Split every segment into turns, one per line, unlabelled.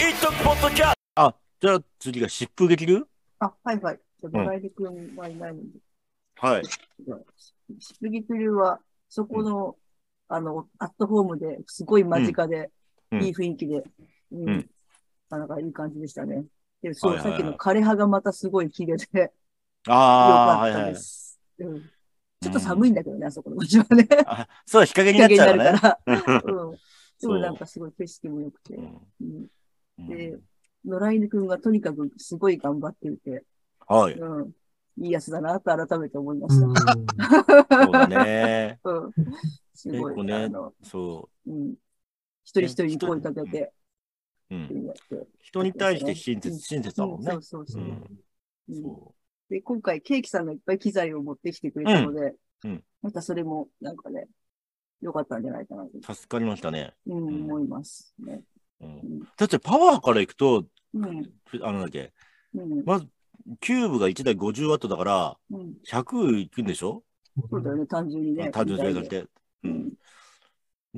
イトポッドキャストあ、じゃあ次が疾風劇流
あ、はいはい。じゃあ、バイデ君はいないので。
はい。
出撃流は、そこの、あの、アットホームで、すごい間近で、
うん
いい雰囲気で、うん。
うん
なかなかいい感じでしたね。で、そう、
はいはいはい
さっきの枯葉がまたすごい綺麗で、よ
ああ、
か
は
っ
いは
たで
い。
す。うん、ちょっと寒いんだけどね、あそこの街はね。
あそう、日陰に
日
なっ
陰に
ちゃう
な
か
るから
ね。
ら。
う
うん。でもなんかすごい景色も良くて。
ん
うん、で
うん、
野良犬くんがとにかくすごい頑張っていて、
はい。
うん。いいやつだなと改めて思いま
う
した。
ん
そうだ ね。
うん。すご
結構
い、
ね
あの、
そ
うん。一人一人に声かけて、
う。うん。
やって。
人に対して親切、親切だもんね
う。そうそうそう、
うん
うん
そ
で、今回、ケーキさんがいっぱい機材を持ってきてくれたので、
うんうん
またそれも、なんかね、良かったんじゃないかなと、
う。助かりましたね。
うん
うん
思います、ね。
うんだってパワーからいくと、
うん。
あのなんだっけ、
うん。
まず、キューブが1台50ワットだから、
うん。
100いくんでしょ
そうだよね、単純にね。
単純計算し
機
て。う
材で。うん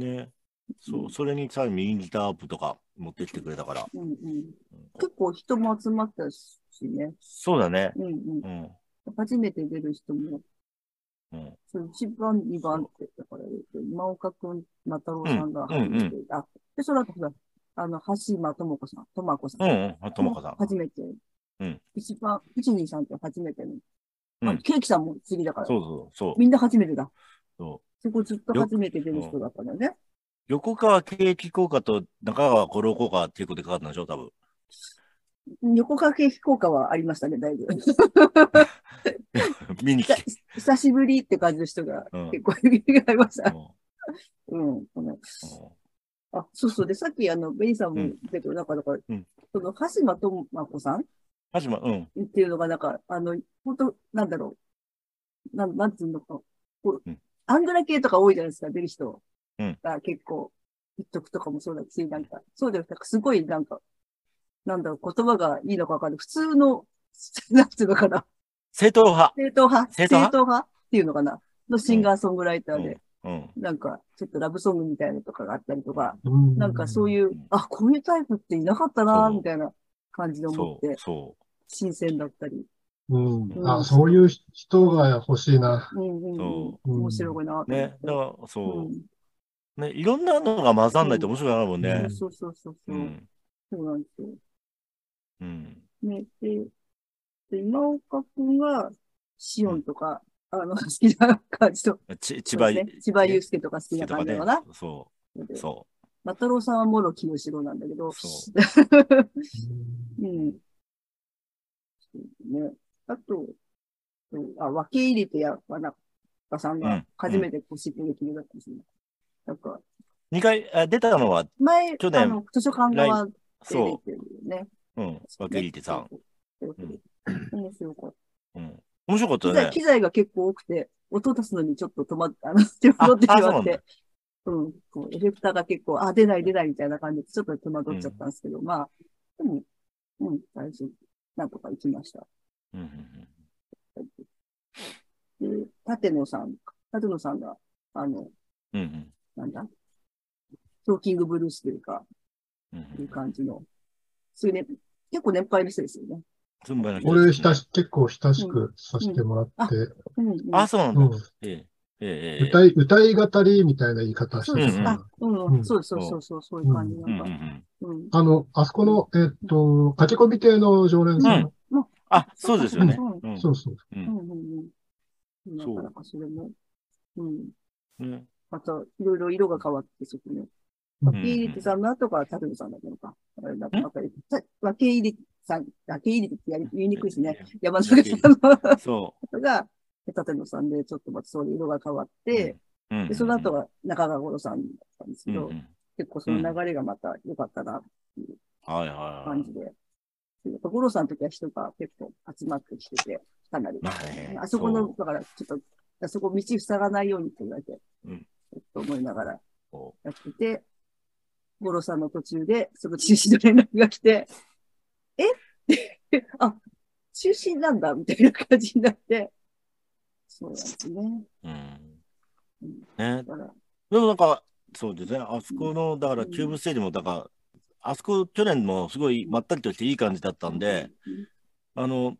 ん。
ね。
う
そ
ん
う、それにさ、右ギターアップとか持ってきてくれたから。
うんうん、結構人も集まったしね。
そうだね。
うんうん
うん。
初めて出る人も、
うん
そう一番、二番って、だから、今岡くん、またろうさんが初めて、
うん
あ、で、その後ほら、あの、橋間智子さん、智子さん
うんうんあ。ともかさん。
初めて。
うん
一番、一二三って初めての。
うん
あケーキさんも次だから。
そうそうそう。
みんな初めてだ。
そ
そこずっと初めて出る人だったんだよね。
横川景気効果と中川五郎効果っていうことでかかったんでしょ 多分。
横掛け飛行果はありましたね、だ いぶ。
見に来て。
久しぶりって感じの人が
うん
結構いまし
う
た。
ん
うん。このあ、そうそう。で、さっき、あの、ベニさんも言ってたけど、なんか、だから
うん、
その、橋間智子さん
はじま、うん。
っていうのが、なんか、あの、本当なんだろう。なん、なんつうのか。こう
うん
アングラ系とか多いじゃないですか、出る人
うん
が結構、一徳とかもそうだし、なんか、そうじゃなくて、すごい、なんか、なんだろう、言葉がいいのかわかんない。普通の、 なんつうのかな。
正統派。
正統派
正統派
派っていうのかなのシンガーソングライターで、
うん。
なんか、ちょっとラブソングみたいなのとかがあったりとか、
うん
なんかそういう
うん、
あ、こういうタイプっていなかったな、
そう
みたいな感じで思
そ
って
う。、そ
新鮮だったり。
うん。
う
あ、
ん
そういう人が欲しいな。
うんうんうん
そ。
面白いなと思っ
う。
て。
ね。だから、
う
そ
ん
う。ね、いろんなのが混ざんないと面白くないもんね。
そうそうそうそうう。
ん。
そうなんですよ。
うん。
ね、で、で今岡くんが、シオンとか、あの、好 きな感じと。
ち、千葉、
そうですね千葉祐介とか好きな
とか
感じ
ね
だかな。。
そ
で
う。そ
マタロウさんはもろ清志郎なんだけど。。
そう
うん
うん。そうね。あと、そうあ、分け入りとや、わなかさん
う
が
ん
初めてこう知ってる気だったし、なんか、
う。2回、あ出たのは、
前、
去年
あの、図書館側で出
そ
てるよね。
う。うん。わけりてさん。
そうそう面白かっ。
うん。面白かったた
機
よ
材
ね。
機材が結構多くて、音出すのにちょっと止まって、あの、手間取ってし
ああそう
ま
な
っ
んだ
て。うん、こうエフェクターが結構、あ、出ない出ないみたいな感じで、ちょっと手間取っちゃったんですけど、まあ、でも、うん、大丈夫。なんとか行きました。
うんうんうん。
で、舘野さん、舘野さんが、あの、
うんうん
なんだ、トーキングブルースというか、
うんう。
いうん感じの、そういうね、結構年配の人ですよね。
つんばいの人
俺、親し、結構親しくさせてもらって、
うん、うん。
あ、そうなん
う
だ
ん。
ええ。ええ。ええ
歌い、歌い語りみたいな言い方し
そう
て
で
た
す。
から、
あう、
うんん
そうそうそうそう、そういう感じな
うん
ん
うんう
か。
ん。
うん。
あの、あそこの、えっと、駆け込み亭の常連さん。
あ、そうですよね。
う
うん
そうそう。
う
うんん、うん、うん。な
そう
かなかそれも、うん。
うん。
また、いろいろ色が変わって、そこね。
うん
分け入りってさんの後が舘野さんだったのか。あれなんか、分け入りさん、分け入りってやり言いにくいですね。山崎さんの。
そ
が、舘野さんで、ちょっとまたそういう色が変わっ
う。
て、
うん、うん
でその後、が中川五郎さんだったんです
う
け
んう
ど、
ん、
結構その流れがまた良かったな、
はいはいは
感
い
じ。で。やっぱ五郎さんの時は人が結構集まってきてて、かなり。
まあね。
あそこの、
う、
だからちょっと、あそこ道塞がないようにって言われて、
うん
ちょっと思いながら
そ
やってて、五郎さんの途中で、その中止の連絡が来て、え あ、中止なんだみたいな感じになって、そうなんですね。
ううん。ね
だ。から、
でもなんか、そうですね。あそこの、だから、キューブステージも、だから、あそこ去年もすごいまったりとしていい感じだったんで、あの、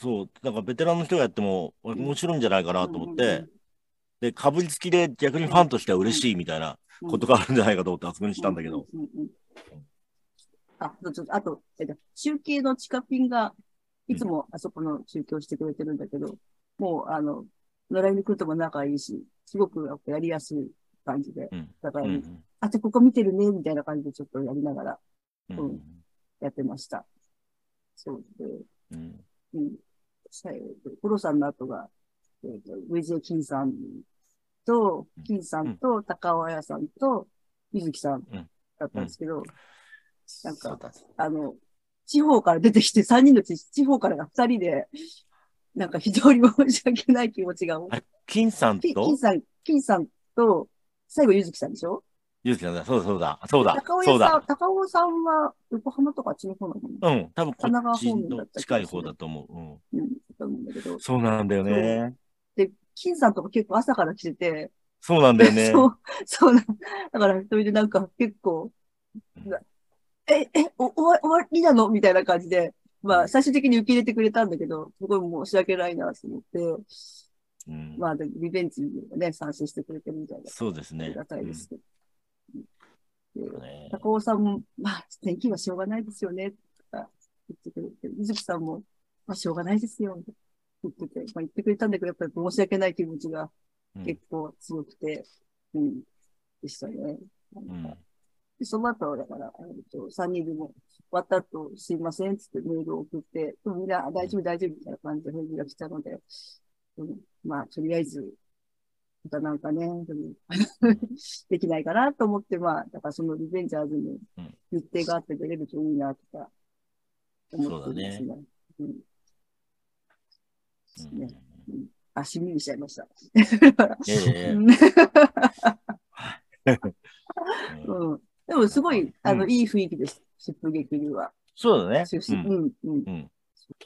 そう、なんかベテランの人がやっても俺面白いんじゃないかなと思って、で、かぶりつきで逆にファンとしては嬉しいみたいな
うん、
ことがあるんじゃないかと思ってあそこにしたんだけど、
うん。うんうんうんあ、そうそうあと、えっと、中継のチカピンが、いつもあそこの中継をしてくれてるんだけど、もう、あの、野良に来るとも仲いいし、すごくやっぱやりやすい感じで、
うん
だか
う
ら、
ん
あとここ見てるね、みたいな感じでちょっとやりながら
うん
うんやってました。そうで、
うん
うん。最後、コロさんの後が、えっ、と、VJ 金さんと、金さんと、高尾彩さんと、水木さん
うん
だったんですけど、なんか
そうだね
あの、地方から出てきて、3人のうち地方からが2人で、なんか非常に申し訳ない気持ちが、
あ金さん
き
と
金さん、金さんと、最後、ゆずきさんでしょ
ゆうきさんだ。そうだそうだ。そうだ
高。尾
そう
さん、
だ。
高尾さんは横浜とかあっちの方なのかな
うん。多分こ
神
っ
奈
ち
川方面だ
の
った気がする
近い方だと思う。うん
うん、と思うんだけど。
そうなんだよね。
で、金さんとか結構朝から来てて、
そうなんだよね。
そう、そうな、だからそれでなんか結構、
うん
なえ、え、お、終わ終わりなのみたいな感じで、まあ最終的に受け入れてくれたんだけど、すごい申し訳ないなと思って、
うん
まあ、でリベンジにね、参戦してくれてるみたいな。
そうです
あり
ね。
がたいですけど。
うんね
高尾さんも、まあ、天気はしょうがないですよね、とか言ってくれて、水木さんも、まあ、しょうがないですよ、って言ってて、まあ、言ってくれたんだけど、やっぱり申し訳ない気持ちが
うん
結構強くて、うん、でしたね。
うん
で、その後、だから、えっと、3人でも、終わった後、すいません、つってメールを送って、でもみんな、あ大丈夫、大丈夫、みたいな感じで返事が来たので、うん、まあ、とりあえず、またなんか ね、でもできないかなと思って、まあ、だからそのリベンジャーズに
うん
日程があって出れるといいな、とか、思ってま
そう
すね。うん。です
うん
ね。あ、しみにしちゃいました。
いやいやいや
うん
うん
うん。でも、すごい、あの、
う
いい雰囲気です。出撃流は。
そうだね。
中心。うん、うん。
うん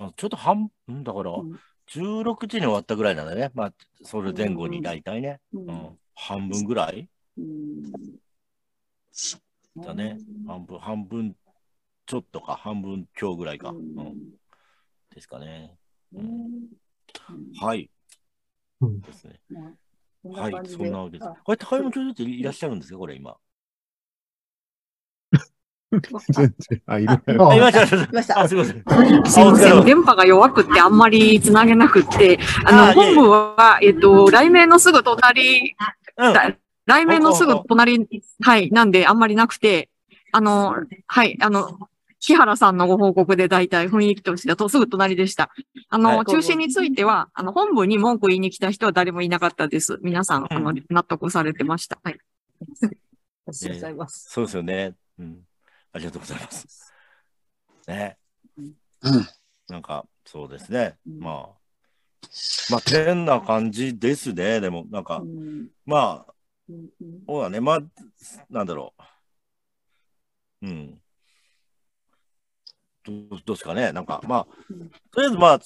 あちょっと半、うんだから
うん、
16時に終わったぐらいなんだね。まあ、それ前後に大体ね。
う
うんん。半分ぐらい
うん
だね。半分、半分ちょっとか、半分強ぐらいか。
う
うんん。ですかね。
う
うんんはい。
うん
ですね。
まあこん
はい
感、じ
そんなわけです
あ。
これ、高山教授っていらっしゃるんですかこれ、今。
全然、あ、いる。
あ、い
あ
ました、いま
いま
し
し
たた。あ、すいません。
すいませ
あお疲れ様
ん。電波が弱くてあんまり繋げなくって、あ
あ
の、
いえいえ
本部は、えっと、雷鳴のすぐ隣、
うん。
雷鳴のすぐ隣、はい、なんであんまりなくて、あの、はい、あの、木原さんのご報告で大体雰囲気としてはとすぐ隣でした。あの、
はい
中心については、あの、本部に文句言いに来た人は誰もいなかったです。皆さん、あの
う、
納得されてました。はい。
ありがとうございます。
そうですよね。うん。ありがとうございます。ね。
うん
なんか、そうですね。
うん
まあ。まあ、変な感じですね。でも、なんか
う、ん
まあ、
うんうん
そうだね。まあ、なんだろう。うん。どどうですかね。なんか、まあ
うん、
とりあえず、まあ、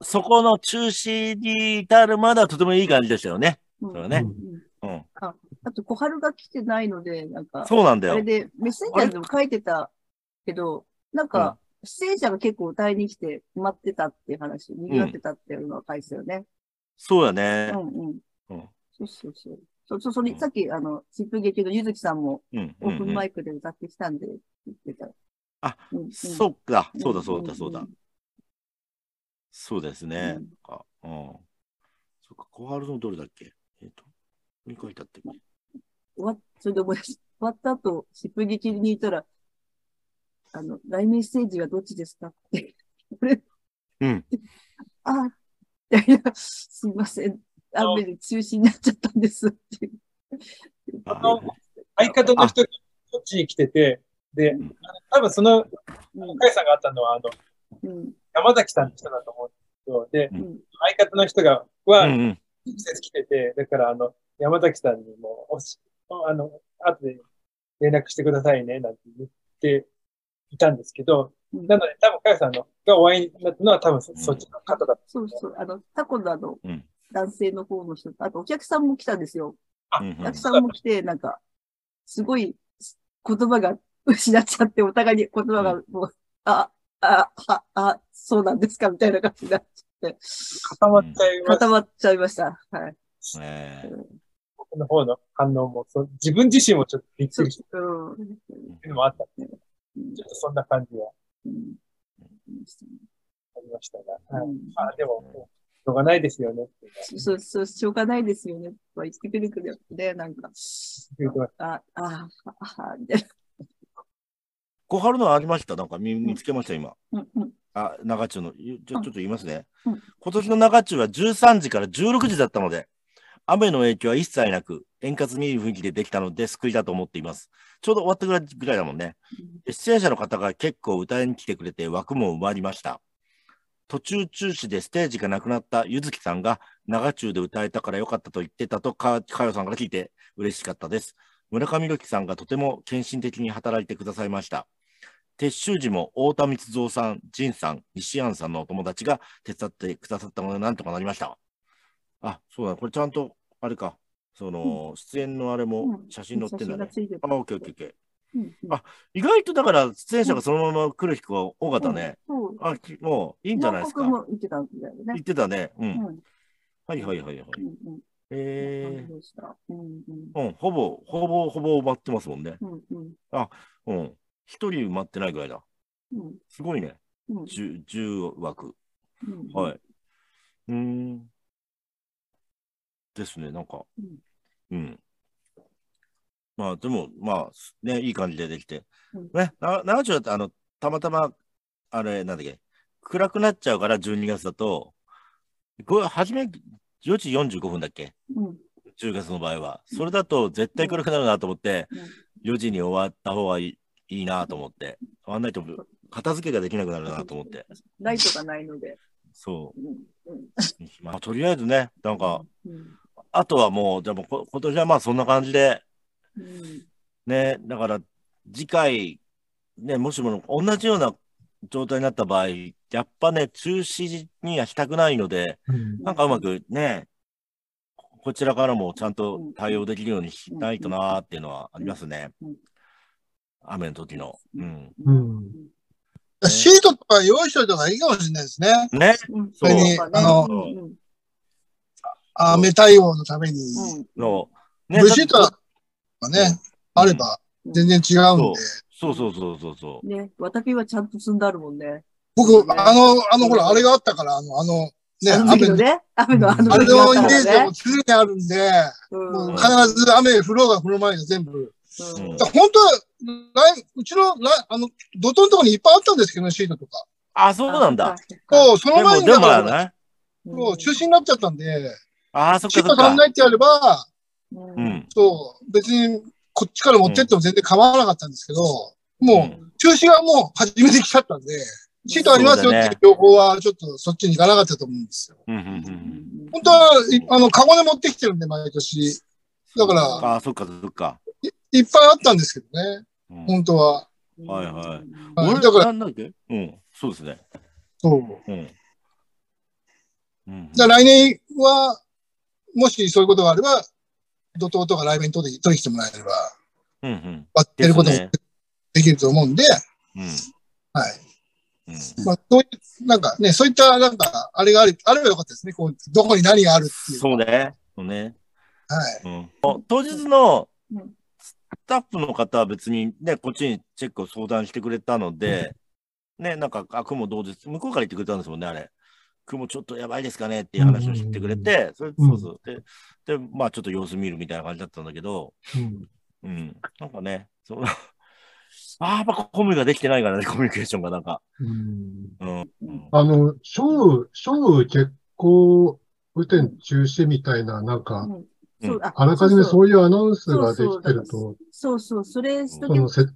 そこの中心に至るまではとてもいい感じでしたよね。
うん
それはね。
うん
うん。
あと、小春が来てないので、なんか、
そうなんだ
あれ
よ。
で、メッセンジャーでも書いてたけど、なんか、出演者が結構歌いに来て待ってたっていう話、賑わってたっていうのは書いてたよね。
そうだ
う
ね。
んう
うんん。
そうそうそう。そうそう、それ
う、ん
さっき、あの、疾風劇のゆずきさんも
うん。
オープ
うんう
ン
ん
マイクで歌ってきたんで、言ってた。
あ
うん、うん
そうか、そうだ
ん
そうだそうだ
ん。
そうですね。
う
なんんか、うん。そっか、小春のどれだっけえっ、と、ここに書いてあったっけ
終わっ、それで思い出し、終わった後、疾風劇にいたら、あの、来年ステージはどっちですかって、 これ、
うん。
ああ、いやいや、すいません。雨で中止になっちゃったんですっていう。
あ
の相方の人がこっちに来てて、で
ん、
多分その、
うん
向井さんがあったのは、あの、
うん
山崎さんの人だと思うんですけど、で、
うん
相方の人が、
う
は、
んうん。
直接来てて、だから、あの、山崎さんにも、おし、あの、後で連絡してくださいね、なんて言っていたんですけど、
うん
なので、多分、かやさんのがお会いになったのは、多分そ、
うん
そっちの方だった。
そうそう、あの、タコのあの
うん、
男性の方の人と、あとお客さんも来たんですよ。
あ
うんう
お
ん
客さんも来て、なんか、すごい言葉が失っちゃって、お互いに言葉がもう、あ、あ、あ、あ、そうなんですかみたいな感じになっちゃって、
固まっちゃいます。
固まっちゃいました。はい。
ねえ
僕の方の反応も、そう自分自身もちょっとびっくりし
そう、
てるのもあったんで、
うん
ちょっとそんな感じは
うん。
ありましたが、はい、まあでも、もうしょうがないですよねって
そうそう、そう、しょうがないですよね。とは言ってくるけどね、なんか、
言うと、
あ、あ、あ、あ、みたい
小春のありましたなんか見見つけました、今。
な。うんうん
あ、長中の。ゆちょちょっと言いますね
うん。
今年の長中は13時から16時だったので、雨の影響は一切なく、円滑にいい雰囲気でできたので救いだと思っています。ちょうど終わったぐらいぐらいだもんね。で出演者の方が結構歌いに来てくれて枠も埋まりました。途中中止でステージがなくなったゆずきさんが長中で歌えたからよかったと言ってたとか、かよさんから聞いて嬉しかったです。村上瑠樹さんがとても献身的に働いてくださいました。撤収時も太田光蔵さん、仁さん、西安さんのお友達が手伝ってくださったので、なんとかなりました。あ、そうだ、これちゃんと、あれか、その、出演のあれも写真載ってんだ
写真が
ね。
ついてる
あ、オッケーオッケーオッケー。
うんうん
あ意外とだから、出演者がそのまま来る人が多かったね。
そう。
あ、きもういいんじゃないですか。言
南国も言ってたんだよね
っ。てたね。う。
うんん。
はいはいはいはい。
うんうん。
え
そうでしたうんうん。
ー、うん、ほぼ、ほぼ、ほぼ埋まってますもんね。
うんうん。
うん。一人埋まってないぐらいだ。
うん
すごいね。
うん
10、10枠。
うん。
はい。うーん。ですね、なんか
う
う
ん。
ん。まあ、でも、まあ、ね、いい感じでできて
うん。
ね、な長丁だって、あの、たまたま、あれ、なんだっけ、暗くなっちゃうから、12月だと、ご初め、4時45分だっけ
うん。
10月の場合は。それだと、絶対暗くなるなと思って、4時に終わった方がいいいいなと思って。終わんないと、片付けができなくなるなと思って。
ライトがないので。
そう
うんうん。
まあ、とりあえずね、なんか、
うん
あとはもう、でもこ今年はまあそんな感じで、
うん
ね、だから次回、ね、もしも同じような状態になった場合、やっぱね、中止にはしたくないので、
うん
なんかうまくね、こちらからもちゃんと対応できるようにしないとなーっていうのはありますね
うん。
雨の時の。うん。
うん
シートとか用意しといた方がいいかもしれないですね。
ね、
うん
そう
あの
うんうん
雨対応のために。
の、ね、
ブシート
だっ
とかね、あれば全然違うんで。
そうそうそうそうそう。
ね、私はちゃんと積んであるもんね。
僕、あの、あの、ほら、あれがあったから、あの、あの、ね、
あの時
雨
の
の、
ね、雨のあの
あれ
時だっ
のイ
た
メージ
ら
が
ね。
常にあるんで、
うん
もう必ず雨降ろうが降る前に全部。
うん
だから本当は、ラインうちのライン、あの、土トンのとこにいっぱいあったんですけどね、シートとか。
あ、そうなんだ。。
そう、その
で
前
も、
に
で
だ
も
から、
ね。
そう中止になっちゃったんで、
ああ、そっ
シ
か
ート
そっ
考
か。
えてやれば、
う。
うんん。
そう、別にこっちから持ってっても全然構わなかったんですけど、もう、中止がもう初めて来ちゃったんで、シートありますよっていう情報は、ちょっとそっちに行かなかったと思うんですよ。
うんうんう
うんん
本当は、いあの、カゴで持ってきてるんで、毎年。だか
うん。
ら、
ああ、そっかそっか。
いっぱいあったんですけどね、
うん
本当は。
はいはい
はい
俺
だから
なんだっけうん、そうですね。
そう。
うん。うん、
だから来年は、もしそういうことがあれば、怒涛とか来年取り取り来てもらえれば、
うんうん。
割ってること
で
も
すね
できると思うんで、
う
はい。
ん。うん
まあ、そういう、なんかね、そういった、なんか、あれがあれ、あればよかったですね。こう、どこに何があるっていう。
そうね。そうね。
は
う
い。
ん。お当日の
うん
スタッフの方は別にね、こっちにチェックを相談してくれたので、ね、なんか、あ、雲どうです向こうから言ってくれたんですもんね、あれ。雲ちょっとやばいですかねっていう話をしてくれて、それ
うん
そうそう。で、で、まあちょっと様子見るみたいな感じだったんだけど、
うん
うん。なんかね、そ の、ああ、やっぱコミュができてないからね、コミュニケーションがなんか。
うん
うん。うん
あの、小雨、小雨結構、雨天中止みたいな、なんか、
そう
あらかじめ
う
そういうアナウンスができてると、
そうそう、それしと
そ
けば
のせ、
ね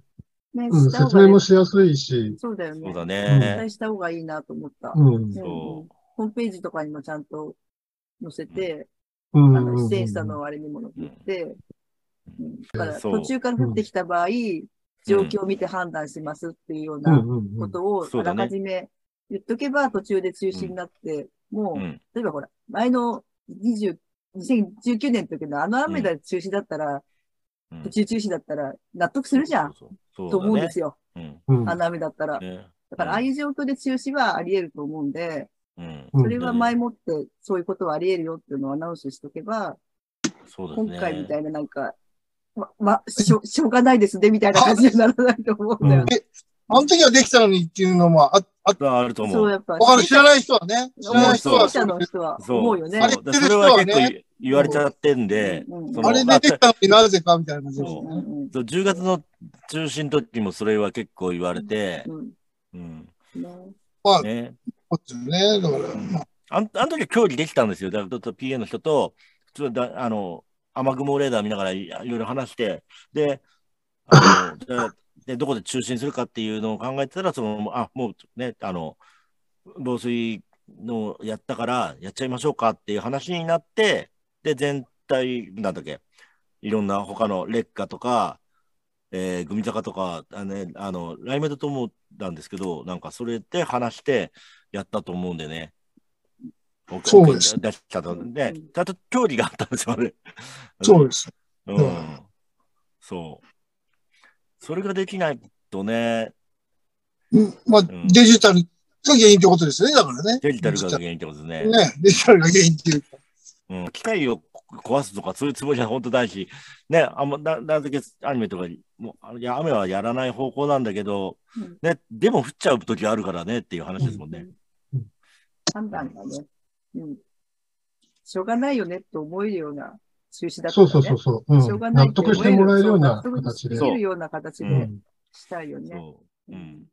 うん、
した方
説
が
明
いい
もしやすいし、
そうだよね。
そうだ
絶
ね。
対した方がいいなと思った。
うん、
うん
そ
ホームページとかにもちゃんと載せて、
う
あ
ん、うん、
の、出演者のあれにも載って、うんだから
そう
途中から降ってきた場合、状況を見て判断しますっていうよう
うん、
な
うん、う
こ
ん、
とを
そ
あ
うだ
ら
ね
かじめ言っとけば途中で中止になって、も
う。う
う、
ん。
例えばほら、前の20 2019年の時のあの雨だ中止だった
う
ら、
ん
途中中止だったら納得するじゃん。
そうそうそう
と
だ
思うん
ね
で。すよ。
うん。
うん
花雨だったら。
ね
だから、ああいう状況で中止はあり得ると思うんで、
うん。
うん
それは前もって、そういうことはあり得るよっていうのをアナウンスしとけば、
そうです
今
ね。
回みたいななんか、ま、ましょ、しょうがないですね、みたいな感じにならないと思うんだよね。
あの時はできたのにっていうのもあ、あ、
があると思
そう、
う。
やっぱ。
わかる、知ら
い。
ない人はね。知らない人は、
者の人は思
そうう。
よね。
そうだそれは結構言われちゃってんで、
うんうん
その
あれでできたのになぜかみたいな感じです
そ
よ
う
ね。
うん
そう10月の中止の時もそれは結構言われて、
うん
うん。
うんね
まあ、そう
ね。
ですよね。だから、まあ、
あんあの時は協議できたんですよ。だからちょっと PA の人と、普通だあの、雨雲レーダー見ながらいいろいろ話して、で、あ のじゃあでどこで中心するかっていうのを考えてたら、その、あ、もうね、あの、防水のやったからやっちゃいましょうかっていう話になって、で、全体、なんだっけ、いろんな他の劣化とか、えー、組坂とか、あの,、ね、あのライメントと思ったんですけど、なんかそれで話してやったと思うんでね。
そうです
出したと。ね、
うん
ちゃんと距離があったんですよね。
そうです。
うん
う
そう。それができないとね、
うんまあ、
ん
デジタルが原因ってことですね。だからね。
デジタルが原因ってことですね。
ね、デジタルが原因っていうか。
うん、機械を壊すとか、そういうつもりは本当ないし、ね、あんま、な、なぜけアニメとかに、もう、いや、雨はやらない方向なんだけど、
うん
ね、でも降っちゃう時あるからねっていう話ですもんね。
判断がね、うん。しょうがないよねって思えるような中止だったら
そう
ね。
そうそうそう、
しょう
う
が
ん。
ない
納
って思
得
える
してもらえるような
そう納
形
得で
で。
きるような形
そう
でしたいよね。
そう。うん。